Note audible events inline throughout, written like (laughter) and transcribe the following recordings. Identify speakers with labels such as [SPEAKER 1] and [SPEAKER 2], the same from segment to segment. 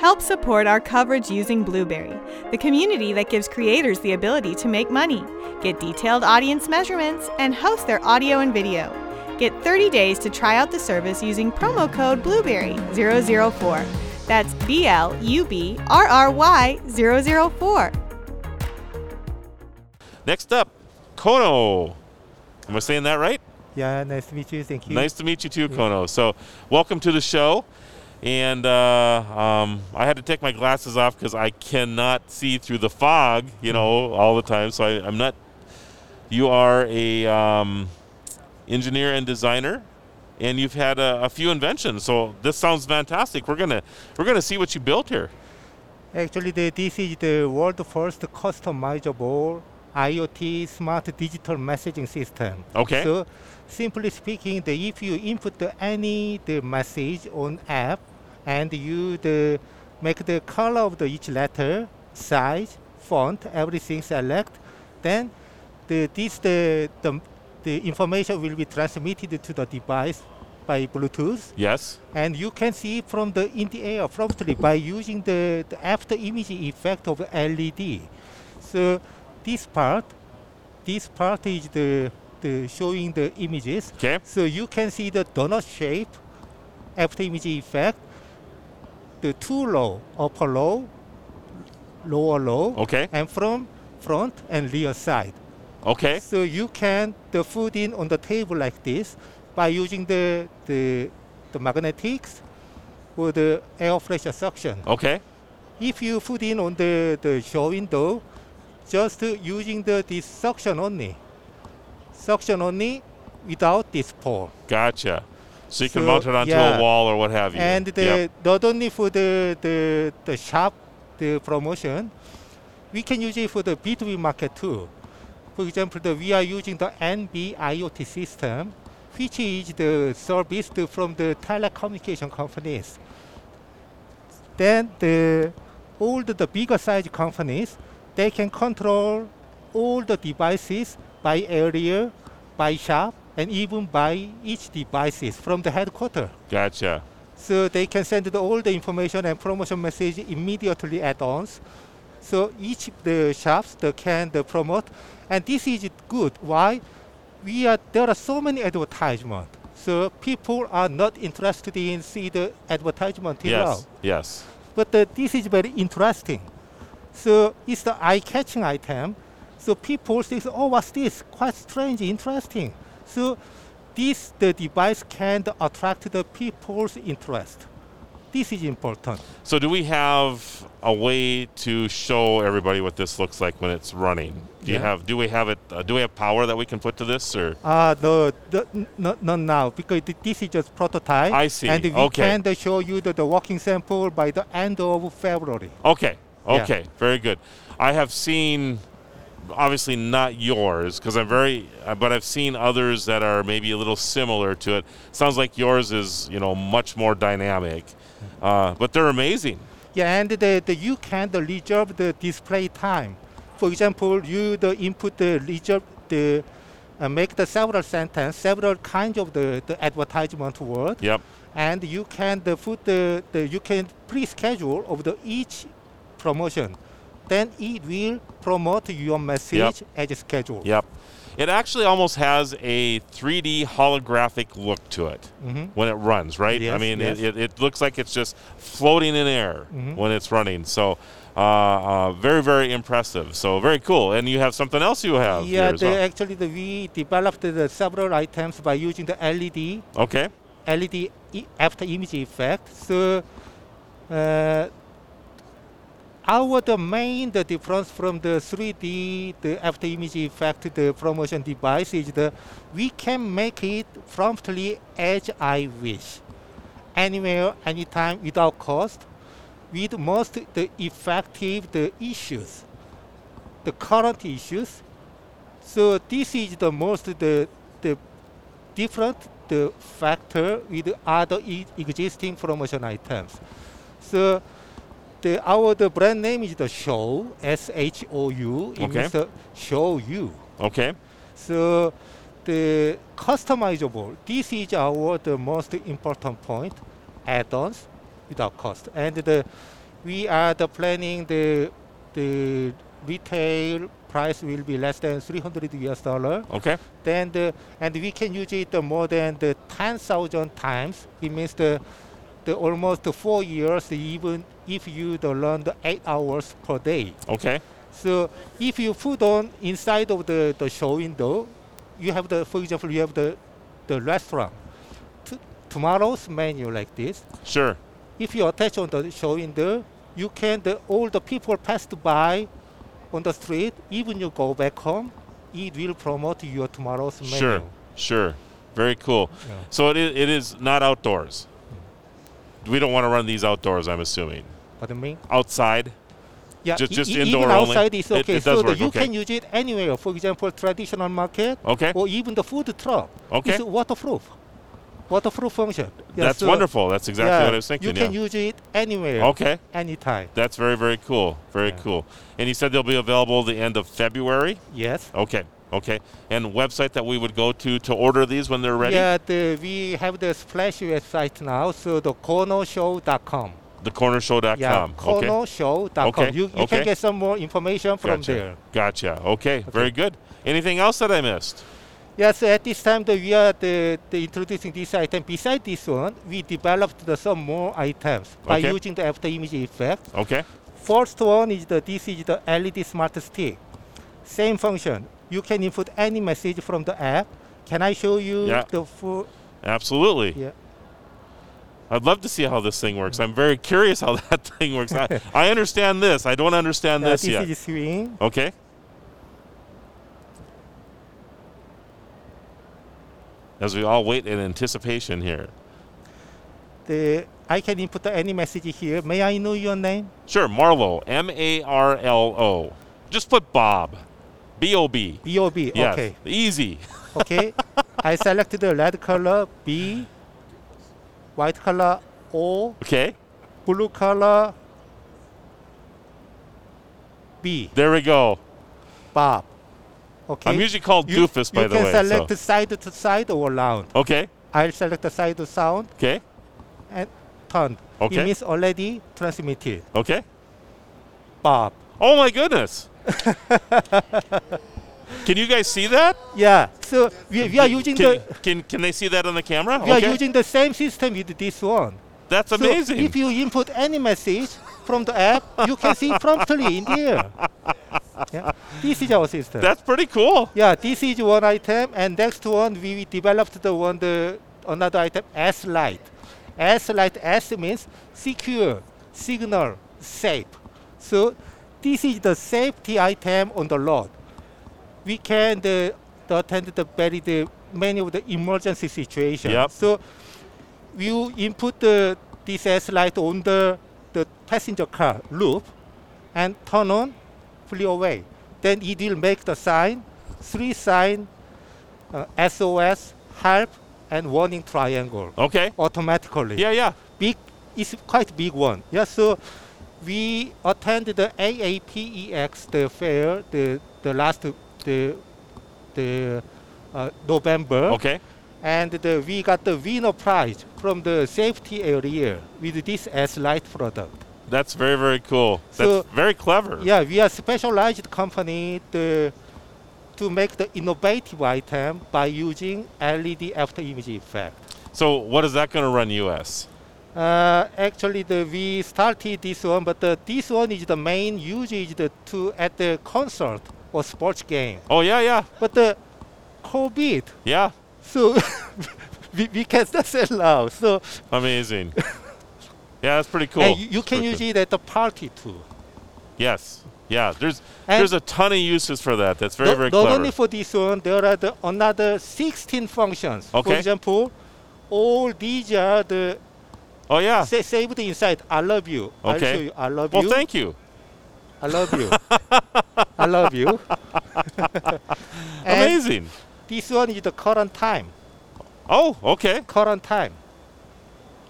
[SPEAKER 1] Help support our coverage using Blueberry, the community that gives creators the ability to make money, get detailed audience measurements, and host their audio and video. Get 30 days to try out the service using promo code Blueberry004. That's B L U B R R Y 004.
[SPEAKER 2] Next up, Kono. Am I saying that right?
[SPEAKER 3] Yeah, nice to meet you. Thank you.
[SPEAKER 2] Nice to meet you
[SPEAKER 3] Hmm.
[SPEAKER 2] too, Kono. So, welcome to the show. And uh, um, I had to take my glasses off because I cannot see through the fog, you
[SPEAKER 3] Hmm.
[SPEAKER 2] know, all the time. So I, I'm not. You are a um, engineer and designer, and you've had a, a few inventions. So this sounds fantastic. We're gonna we're gonna see what you built here.
[SPEAKER 3] Actually, the, this is the world first customizable IoT smart digital messaging system.
[SPEAKER 2] Okay.
[SPEAKER 3] So, simply speaking, the, if you input the, any the message on app, and you the, make the color of the each letter, size, font, everything select, then the, this the, the the information will be transmitted to the device by Bluetooth
[SPEAKER 2] Yes.
[SPEAKER 3] and you can see from the in the air promptly by using the, the after image effect of LED. So this part, this part is the, the showing the images.
[SPEAKER 2] Okay.
[SPEAKER 3] So you can see the donut shape, after image effect, the two row, upper row, lower row,
[SPEAKER 2] Okay.
[SPEAKER 3] and from front and rear side.
[SPEAKER 2] Okay.
[SPEAKER 3] So you can the food in on the table like this by using the the, the magnetics or the air pressure suction.
[SPEAKER 2] Okay.
[SPEAKER 3] If you food in on the, the show window, just uh, using the this suction only. Suction only without this pole.
[SPEAKER 2] Gotcha. So you can
[SPEAKER 3] So,
[SPEAKER 2] mount it onto
[SPEAKER 3] yeah.
[SPEAKER 2] a wall or what have you.
[SPEAKER 3] And the,
[SPEAKER 2] Yep.
[SPEAKER 3] not only for the, the, the shop, the promotion, we can use it for the B2B market too. For example, the, we are using the NB IoT system, which is the service to, from the telecommunication companies. Then the, all the, the bigger size companies, they can control all the devices by area, by shop, and even by each devices from the headquarters.
[SPEAKER 2] Gotcha.
[SPEAKER 3] So they can send the- all the information and promotion message immediately at once. So each the shops they can the promote, and this is good. Why? We are there are so many advertisement. So people are not interested in see the advertisement till now.
[SPEAKER 2] Yes. Yes.
[SPEAKER 3] But uh, this is very interesting. So it's the eye-catching item. So people think, oh, what's this? Quite strange, interesting. So this the device can attract the people's interest. This is important.
[SPEAKER 2] So do we have a way to show everybody what this looks like when it's running? Do you
[SPEAKER 3] Yeah.
[SPEAKER 2] have? Do we have it? Uh, do we have power that we can put to this? Or
[SPEAKER 3] Uh, no, the, n- not, not now because th- this is just prototype.
[SPEAKER 2] I see.
[SPEAKER 3] And we
[SPEAKER 2] Okay.
[SPEAKER 3] can uh, show you the, the working sample by the end of February.
[SPEAKER 2] okay,
[SPEAKER 3] Yeah.
[SPEAKER 2] okay, very good. I have seen, obviously not yours because I'm very, uh, but I've seen others that are maybe a little similar to it. Sounds like yours is you know much more dynamic,
[SPEAKER 3] Mm-hmm.
[SPEAKER 2] uh, but they're amazing.
[SPEAKER 3] Yeah, and the, the, you can the reserve the display time. For example, you the input the reserve the uh, make the several sentence, several kinds of the, the advertisement word,
[SPEAKER 2] Yep.
[SPEAKER 3] and you can the put the, the you can pre-schedule of the each promotion. Then it will promote your message as scheduled.
[SPEAKER 2] Yep. It actually almost has a 3D holographic look to it when it runs, right? I
[SPEAKER 3] Mm-hmm. Yes,
[SPEAKER 2] mean,
[SPEAKER 3] yes. Mm-hmm.
[SPEAKER 2] it, it, it looks like it's just floating in air when it's running. So, uh, uh, very, very impressive. So, very cool. And you have something else you have
[SPEAKER 3] Yeah,
[SPEAKER 2] here as
[SPEAKER 3] the,
[SPEAKER 2] well.
[SPEAKER 3] actually the, we developed the several items by using the E LED
[SPEAKER 2] Okay.
[SPEAKER 3] LED i- E after image effect. So uh, our the main the difference from the 3D the after image effect the promotion device is the we can make it promptly as I wish, anywhere, anytime, without cost, with most the effective the issues, the current issues. So this is the most the the different the factor with other e- existing promotion items. So the our the brand name is the show S H O U. It
[SPEAKER 2] Okay.
[SPEAKER 3] means the show you.
[SPEAKER 2] Okay.
[SPEAKER 3] So the customizable. This is our the most important point. Add-ons without cost, and the we are the planning the the retail price will be less than 300 US dollar.
[SPEAKER 2] Okay.
[SPEAKER 3] Then the and we can use it uh, more than the 10,000 times. It means the the almost four years even if you the learn the eight hours per day.
[SPEAKER 2] Okay.
[SPEAKER 3] So if you put on inside of the, the show window, you have the, for example, you have the, the restaurant. T- tomorrow's menu like this.
[SPEAKER 2] Sure.
[SPEAKER 3] If you attach on the show window, you can, the, all the people passed by on the street, even you go back home, it will promote your tomorrow's menu.
[SPEAKER 2] Sure. Sure. Very cool.
[SPEAKER 3] Yeah.
[SPEAKER 2] So it is, it is not outdoors. We don't want to run these outdoors. I'm assuming
[SPEAKER 3] What I mean?
[SPEAKER 2] outside.
[SPEAKER 3] Yeah,
[SPEAKER 2] Just-
[SPEAKER 3] e-
[SPEAKER 2] just
[SPEAKER 3] e-
[SPEAKER 2] indoor
[SPEAKER 3] even
[SPEAKER 2] only?
[SPEAKER 3] outside is
[SPEAKER 2] It-
[SPEAKER 3] okay.
[SPEAKER 2] it does
[SPEAKER 3] so the-
[SPEAKER 2] work,
[SPEAKER 3] you
[SPEAKER 2] okay.
[SPEAKER 3] can use it anywhere. For example, traditional market
[SPEAKER 2] Okay.
[SPEAKER 3] or even the food truck.
[SPEAKER 2] Okay.
[SPEAKER 3] It's waterproof. Waterproof function. Yeah,
[SPEAKER 2] That's
[SPEAKER 3] so-
[SPEAKER 2] wonderful. That's exactly
[SPEAKER 3] yeah,
[SPEAKER 2] what I was thinking.
[SPEAKER 3] You can
[SPEAKER 2] yeah.
[SPEAKER 3] use it anywhere,
[SPEAKER 2] okay.
[SPEAKER 3] anytime.
[SPEAKER 2] That's very very cool. Very
[SPEAKER 3] Yeah.
[SPEAKER 2] cool. And you said they'll be available the end of February.
[SPEAKER 3] Yes.
[SPEAKER 2] Okay. Okay. And website that we would go to to order these when they're ready.
[SPEAKER 3] Yeah, the, we have the splash website now, so the cornershow.com.
[SPEAKER 2] Thecornershow.com.
[SPEAKER 3] Yeah,
[SPEAKER 2] okay.
[SPEAKER 3] cornershow.com.
[SPEAKER 2] Okay,
[SPEAKER 3] You, you
[SPEAKER 2] okay.
[SPEAKER 3] can get some more information from
[SPEAKER 2] gotcha.
[SPEAKER 3] there.
[SPEAKER 2] Gotcha. Okay. Very good. Anything else that I missed?
[SPEAKER 3] Yes, at this time the, we are the, the introducing this item. Besides this one, we developed the, some more items by
[SPEAKER 2] Okay.
[SPEAKER 3] using the after image effect.
[SPEAKER 2] Okay.
[SPEAKER 3] First one is the this is the LED smart stick. Same function. You can input any message from the app. Can I show you
[SPEAKER 2] Yeah.
[SPEAKER 3] the full?
[SPEAKER 2] Absolutely.
[SPEAKER 3] Yeah.
[SPEAKER 2] I'd love to see how this thing works. I'm very curious how (laughs) that thing works.
[SPEAKER 3] (laughs)
[SPEAKER 2] I, I understand this. I don't understand
[SPEAKER 3] Yeah,
[SPEAKER 2] this yet.
[SPEAKER 3] is swing.
[SPEAKER 2] Okay. As we all wait in anticipation here.
[SPEAKER 3] The I can input any message here. May I know your name?
[SPEAKER 2] Sure, Marlo. M A R L O. Just put Bob. B O B.
[SPEAKER 3] B O B.
[SPEAKER 2] Yes.
[SPEAKER 3] Okay.
[SPEAKER 2] Easy.
[SPEAKER 3] Okay. I selected the red color B, white color O,
[SPEAKER 2] Okay.
[SPEAKER 3] blue color B.
[SPEAKER 2] There we go.
[SPEAKER 3] Bob. Okay.
[SPEAKER 2] I'm usually called
[SPEAKER 3] you,
[SPEAKER 2] doofus,
[SPEAKER 3] you
[SPEAKER 2] by the
[SPEAKER 3] can
[SPEAKER 2] way. so-
[SPEAKER 3] select side to side or round.
[SPEAKER 2] Okay.
[SPEAKER 3] I'll select the side sound
[SPEAKER 2] Okay.
[SPEAKER 3] and turn.
[SPEAKER 2] Okay.
[SPEAKER 3] It means already transmitted.
[SPEAKER 2] Okay.
[SPEAKER 3] Bob.
[SPEAKER 2] Oh my
[SPEAKER 3] (laughs)
[SPEAKER 2] goodness. can you guys see that?
[SPEAKER 3] Yeah. So we, we are using
[SPEAKER 2] Can,
[SPEAKER 3] the
[SPEAKER 2] can can they see that on the camera?
[SPEAKER 3] we
[SPEAKER 2] Okay.
[SPEAKER 3] are using the same system with this one.
[SPEAKER 2] That's
[SPEAKER 3] So
[SPEAKER 2] amazing.
[SPEAKER 3] if you input any message from the app, you can see promptly in here. Yeah. This is our system.
[SPEAKER 2] That's pretty cool.
[SPEAKER 3] yeah, this is one item, and next one we developed the one the another item S light. S light S means secure, signal, safe. So this is the safety item on the road. We can the, the attend the very the many of the emergency situations.
[SPEAKER 2] Yep.
[SPEAKER 3] So you input the this S light on the the passenger car loop and turn on, flee away. Then it will make the sign, three sign, uh, SOS, help, and warning triangle
[SPEAKER 2] Okay.
[SPEAKER 3] automatically.
[SPEAKER 2] Yeah, yeah.
[SPEAKER 3] Big, it's quite big one. Yeah, so we attended the AAPEX, E the fair, the, the last, the, the uh, November.
[SPEAKER 2] Okay.
[SPEAKER 3] And the, we got the winner prize from the safety area with this S-Lite product.
[SPEAKER 2] That's very very cool. That's
[SPEAKER 3] So-
[SPEAKER 2] very clever.
[SPEAKER 3] Yeah, we are specialized company to, to make the innovative item by using LED after image effect.
[SPEAKER 2] So what is that going to run US?
[SPEAKER 3] Uh, actually, the, we started this one, but the, this one is the main usage the, to at the concert or sports game.
[SPEAKER 2] Oh yeah, yeah.
[SPEAKER 3] But the COVID,
[SPEAKER 2] Yeah.
[SPEAKER 3] so (laughs) we, we cannot sell out. So (laughs)
[SPEAKER 2] Amazing. yeah, that's pretty cool.
[SPEAKER 3] and you, you
[SPEAKER 2] That's
[SPEAKER 3] can
[SPEAKER 2] pretty
[SPEAKER 3] use
[SPEAKER 2] cool.
[SPEAKER 3] it at the party too.
[SPEAKER 2] Yes. Yeah, there's
[SPEAKER 3] And-
[SPEAKER 2] there's a ton of uses for that. That's very
[SPEAKER 3] not,
[SPEAKER 2] very
[SPEAKER 3] not
[SPEAKER 2] clever.
[SPEAKER 3] only for this one, there are the another 16 functions.
[SPEAKER 2] Okay.
[SPEAKER 3] For example, all these are the
[SPEAKER 2] oh yeah.
[SPEAKER 3] sa- saved inside. I love you. I'll
[SPEAKER 2] Okay.
[SPEAKER 3] show you. I love
[SPEAKER 2] Well,
[SPEAKER 3] you.
[SPEAKER 2] thank you.
[SPEAKER 3] I love
[SPEAKER 2] (laughs)
[SPEAKER 3] you. I love you. and
[SPEAKER 2] Amazing.
[SPEAKER 3] this one is the current time.
[SPEAKER 2] Oh, okay.
[SPEAKER 3] Current time.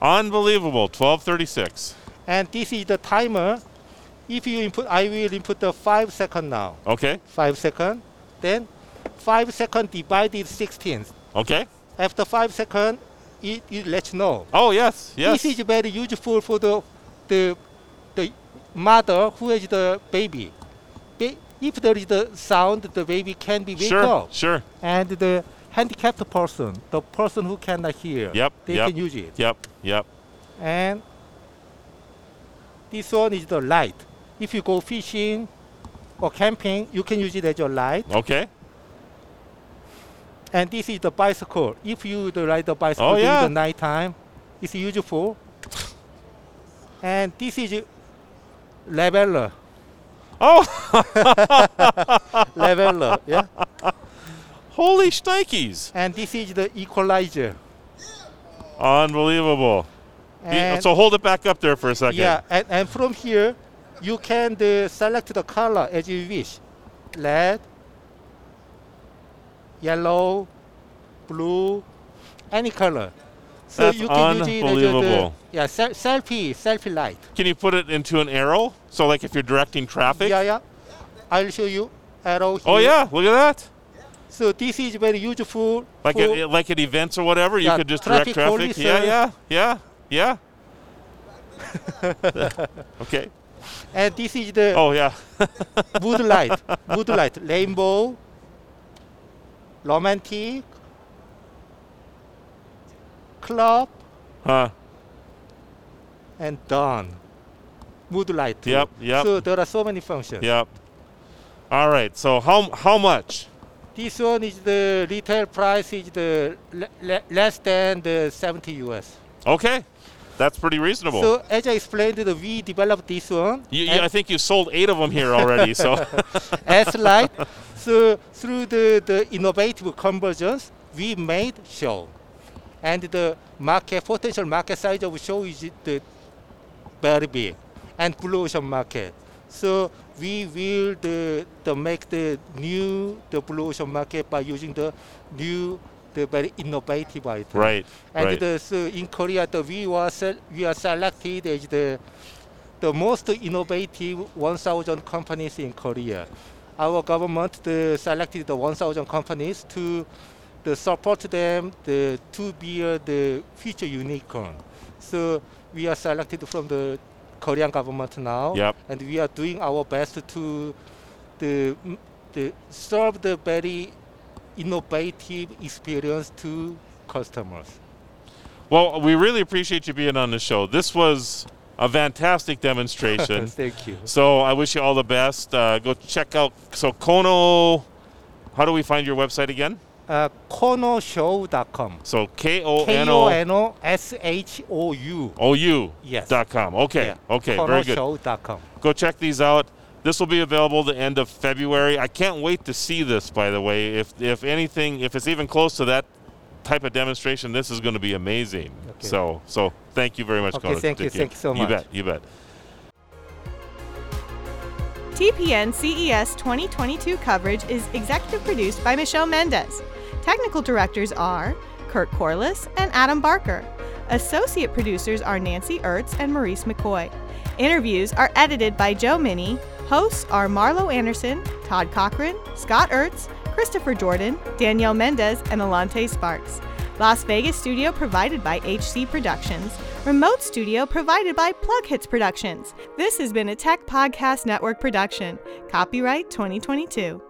[SPEAKER 2] Unbelievable. 1236.
[SPEAKER 3] And this is the timer. If you input, I will input the five second now.
[SPEAKER 2] Okay.
[SPEAKER 3] Five second. Then five second divided 16.
[SPEAKER 2] Okay.
[SPEAKER 3] After five second, it, it lets know.
[SPEAKER 2] Oh, yes. Yes.
[SPEAKER 3] This is very useful for the the the mother who is the baby. Ba- if there is the sound, the baby can be wake
[SPEAKER 2] Sure,
[SPEAKER 3] up.
[SPEAKER 2] sure.
[SPEAKER 3] And the handicapped person, the person who cannot hear,
[SPEAKER 2] Yep,
[SPEAKER 3] they
[SPEAKER 2] yep.
[SPEAKER 3] can use it.
[SPEAKER 2] Yep, yep.
[SPEAKER 3] And this one is the light. If you go fishing or camping, you can use it as your light.
[SPEAKER 2] Okay.
[SPEAKER 3] And this is the bicycle. If you would ride the bicycle
[SPEAKER 2] Oh,
[SPEAKER 3] during
[SPEAKER 2] yeah.
[SPEAKER 3] the nighttime, it's useful. and this is leveler,
[SPEAKER 2] Oh, (laughs)
[SPEAKER 3] (laughs) leveler, yeah.
[SPEAKER 2] holy shnikes.
[SPEAKER 3] And this is the equalizer.
[SPEAKER 2] Unbelievable. Y-
[SPEAKER 3] And
[SPEAKER 2] so hold it back up there for a second.
[SPEAKER 3] yeah, and, and from here, you can uh, select the color as you wish. Red, yellow, blue, any color. So
[SPEAKER 2] That's
[SPEAKER 3] you can use it as a,
[SPEAKER 2] unbelievable.
[SPEAKER 3] yeah, sel- selfie, selfie light.
[SPEAKER 2] Can you put it into an arrow? So like if you're directing traffic?
[SPEAKER 3] Yeah, yeah. I'll show you arrow here.
[SPEAKER 2] Oh yeah, look at that.
[SPEAKER 3] So this is very useful.
[SPEAKER 2] Like
[SPEAKER 3] for,
[SPEAKER 2] at, i- like at events or whatever, you
[SPEAKER 3] Yeah,
[SPEAKER 2] could just direct
[SPEAKER 3] traffic
[SPEAKER 2] traffic.
[SPEAKER 3] police,
[SPEAKER 2] yeah,
[SPEAKER 3] uh,
[SPEAKER 2] yeah, yeah, yeah.
[SPEAKER 3] (laughs)
[SPEAKER 2] okay.
[SPEAKER 3] and this is the
[SPEAKER 2] Oh yeah.
[SPEAKER 3] wood light, wood light, (laughs) rainbow, romantic, club,
[SPEAKER 2] Huh.
[SPEAKER 3] and dawn. Wood light. too.
[SPEAKER 2] Yep, yep.
[SPEAKER 3] So there are so many functions.
[SPEAKER 2] Yep. All right. So how how much?
[SPEAKER 3] This one is the retail price is the le- le- less than the 70 US.
[SPEAKER 2] Okay. That's pretty reasonable.
[SPEAKER 3] So as I explained, uh, we developed this one.
[SPEAKER 2] you,
[SPEAKER 3] and-
[SPEAKER 2] you, I think you sold eight of them here already.
[SPEAKER 3] (laughs)
[SPEAKER 2] So
[SPEAKER 3] as light. So through the, the innovative conversions, we made show. And the market, potential market size of show is the very big and blue ocean market. So we will the, the make the new the blue ocean market by using the new the very innovative item.
[SPEAKER 2] right.
[SPEAKER 3] And
[SPEAKER 2] right.
[SPEAKER 3] the, so in Korea, the, we, were sel- we are selected as the, the most innovative 1,000 companies in Korea. Our government the, selected the 1,000 companies to the support them the, to be uh, the future unicorn. So we are selected from the Korean government now,
[SPEAKER 2] Yep.
[SPEAKER 3] and we are doing our best to the, the serve the very innovative experience to customers.
[SPEAKER 2] Well, we really appreciate you being on the show. This was a fantastic
[SPEAKER 3] (laughs)
[SPEAKER 2] demonstration.
[SPEAKER 3] Thank you.
[SPEAKER 2] so I wish you all the best. Uh, go check out so Kono. How do we find your website again?
[SPEAKER 3] Uh, konoshow.com.
[SPEAKER 2] So K O
[SPEAKER 3] K
[SPEAKER 2] N
[SPEAKER 3] O
[SPEAKER 2] O
[SPEAKER 3] N O S H O U.
[SPEAKER 2] O U
[SPEAKER 3] Yes.
[SPEAKER 2] dot com. Okay,
[SPEAKER 3] Yeah.
[SPEAKER 2] okay, very good.
[SPEAKER 3] Konoshow.com.
[SPEAKER 2] Go check these out. This will be available the end of February. I can't wait to see this. By the way, if if anything, if it's even close to that type of demonstration, this is going to be amazing.
[SPEAKER 3] Okay.
[SPEAKER 2] So so thank you very much.
[SPEAKER 3] Okay,
[SPEAKER 2] Kono.
[SPEAKER 3] thank you, thank you so
[SPEAKER 2] You
[SPEAKER 3] much.
[SPEAKER 2] bet. You bet.
[SPEAKER 1] TPN CES 2022 coverage is executive produced by Michelle Mendez. Technical directors are Kirk Corliss and Adam Barker. Associate producers are Nancy Ertz and Maurice McCoy. Interviews are edited by Joe Minnie. Hosts are Marlo Anderson, Todd Cochran, Scott Ertz, Christopher Jordan, Danielle Mendez, and Alante Sparks. Las Vegas studio provided by HC Productions. Remote studio provided by Plug Hits Productions. This has been a Tech Podcast Network production. Copyright 2022.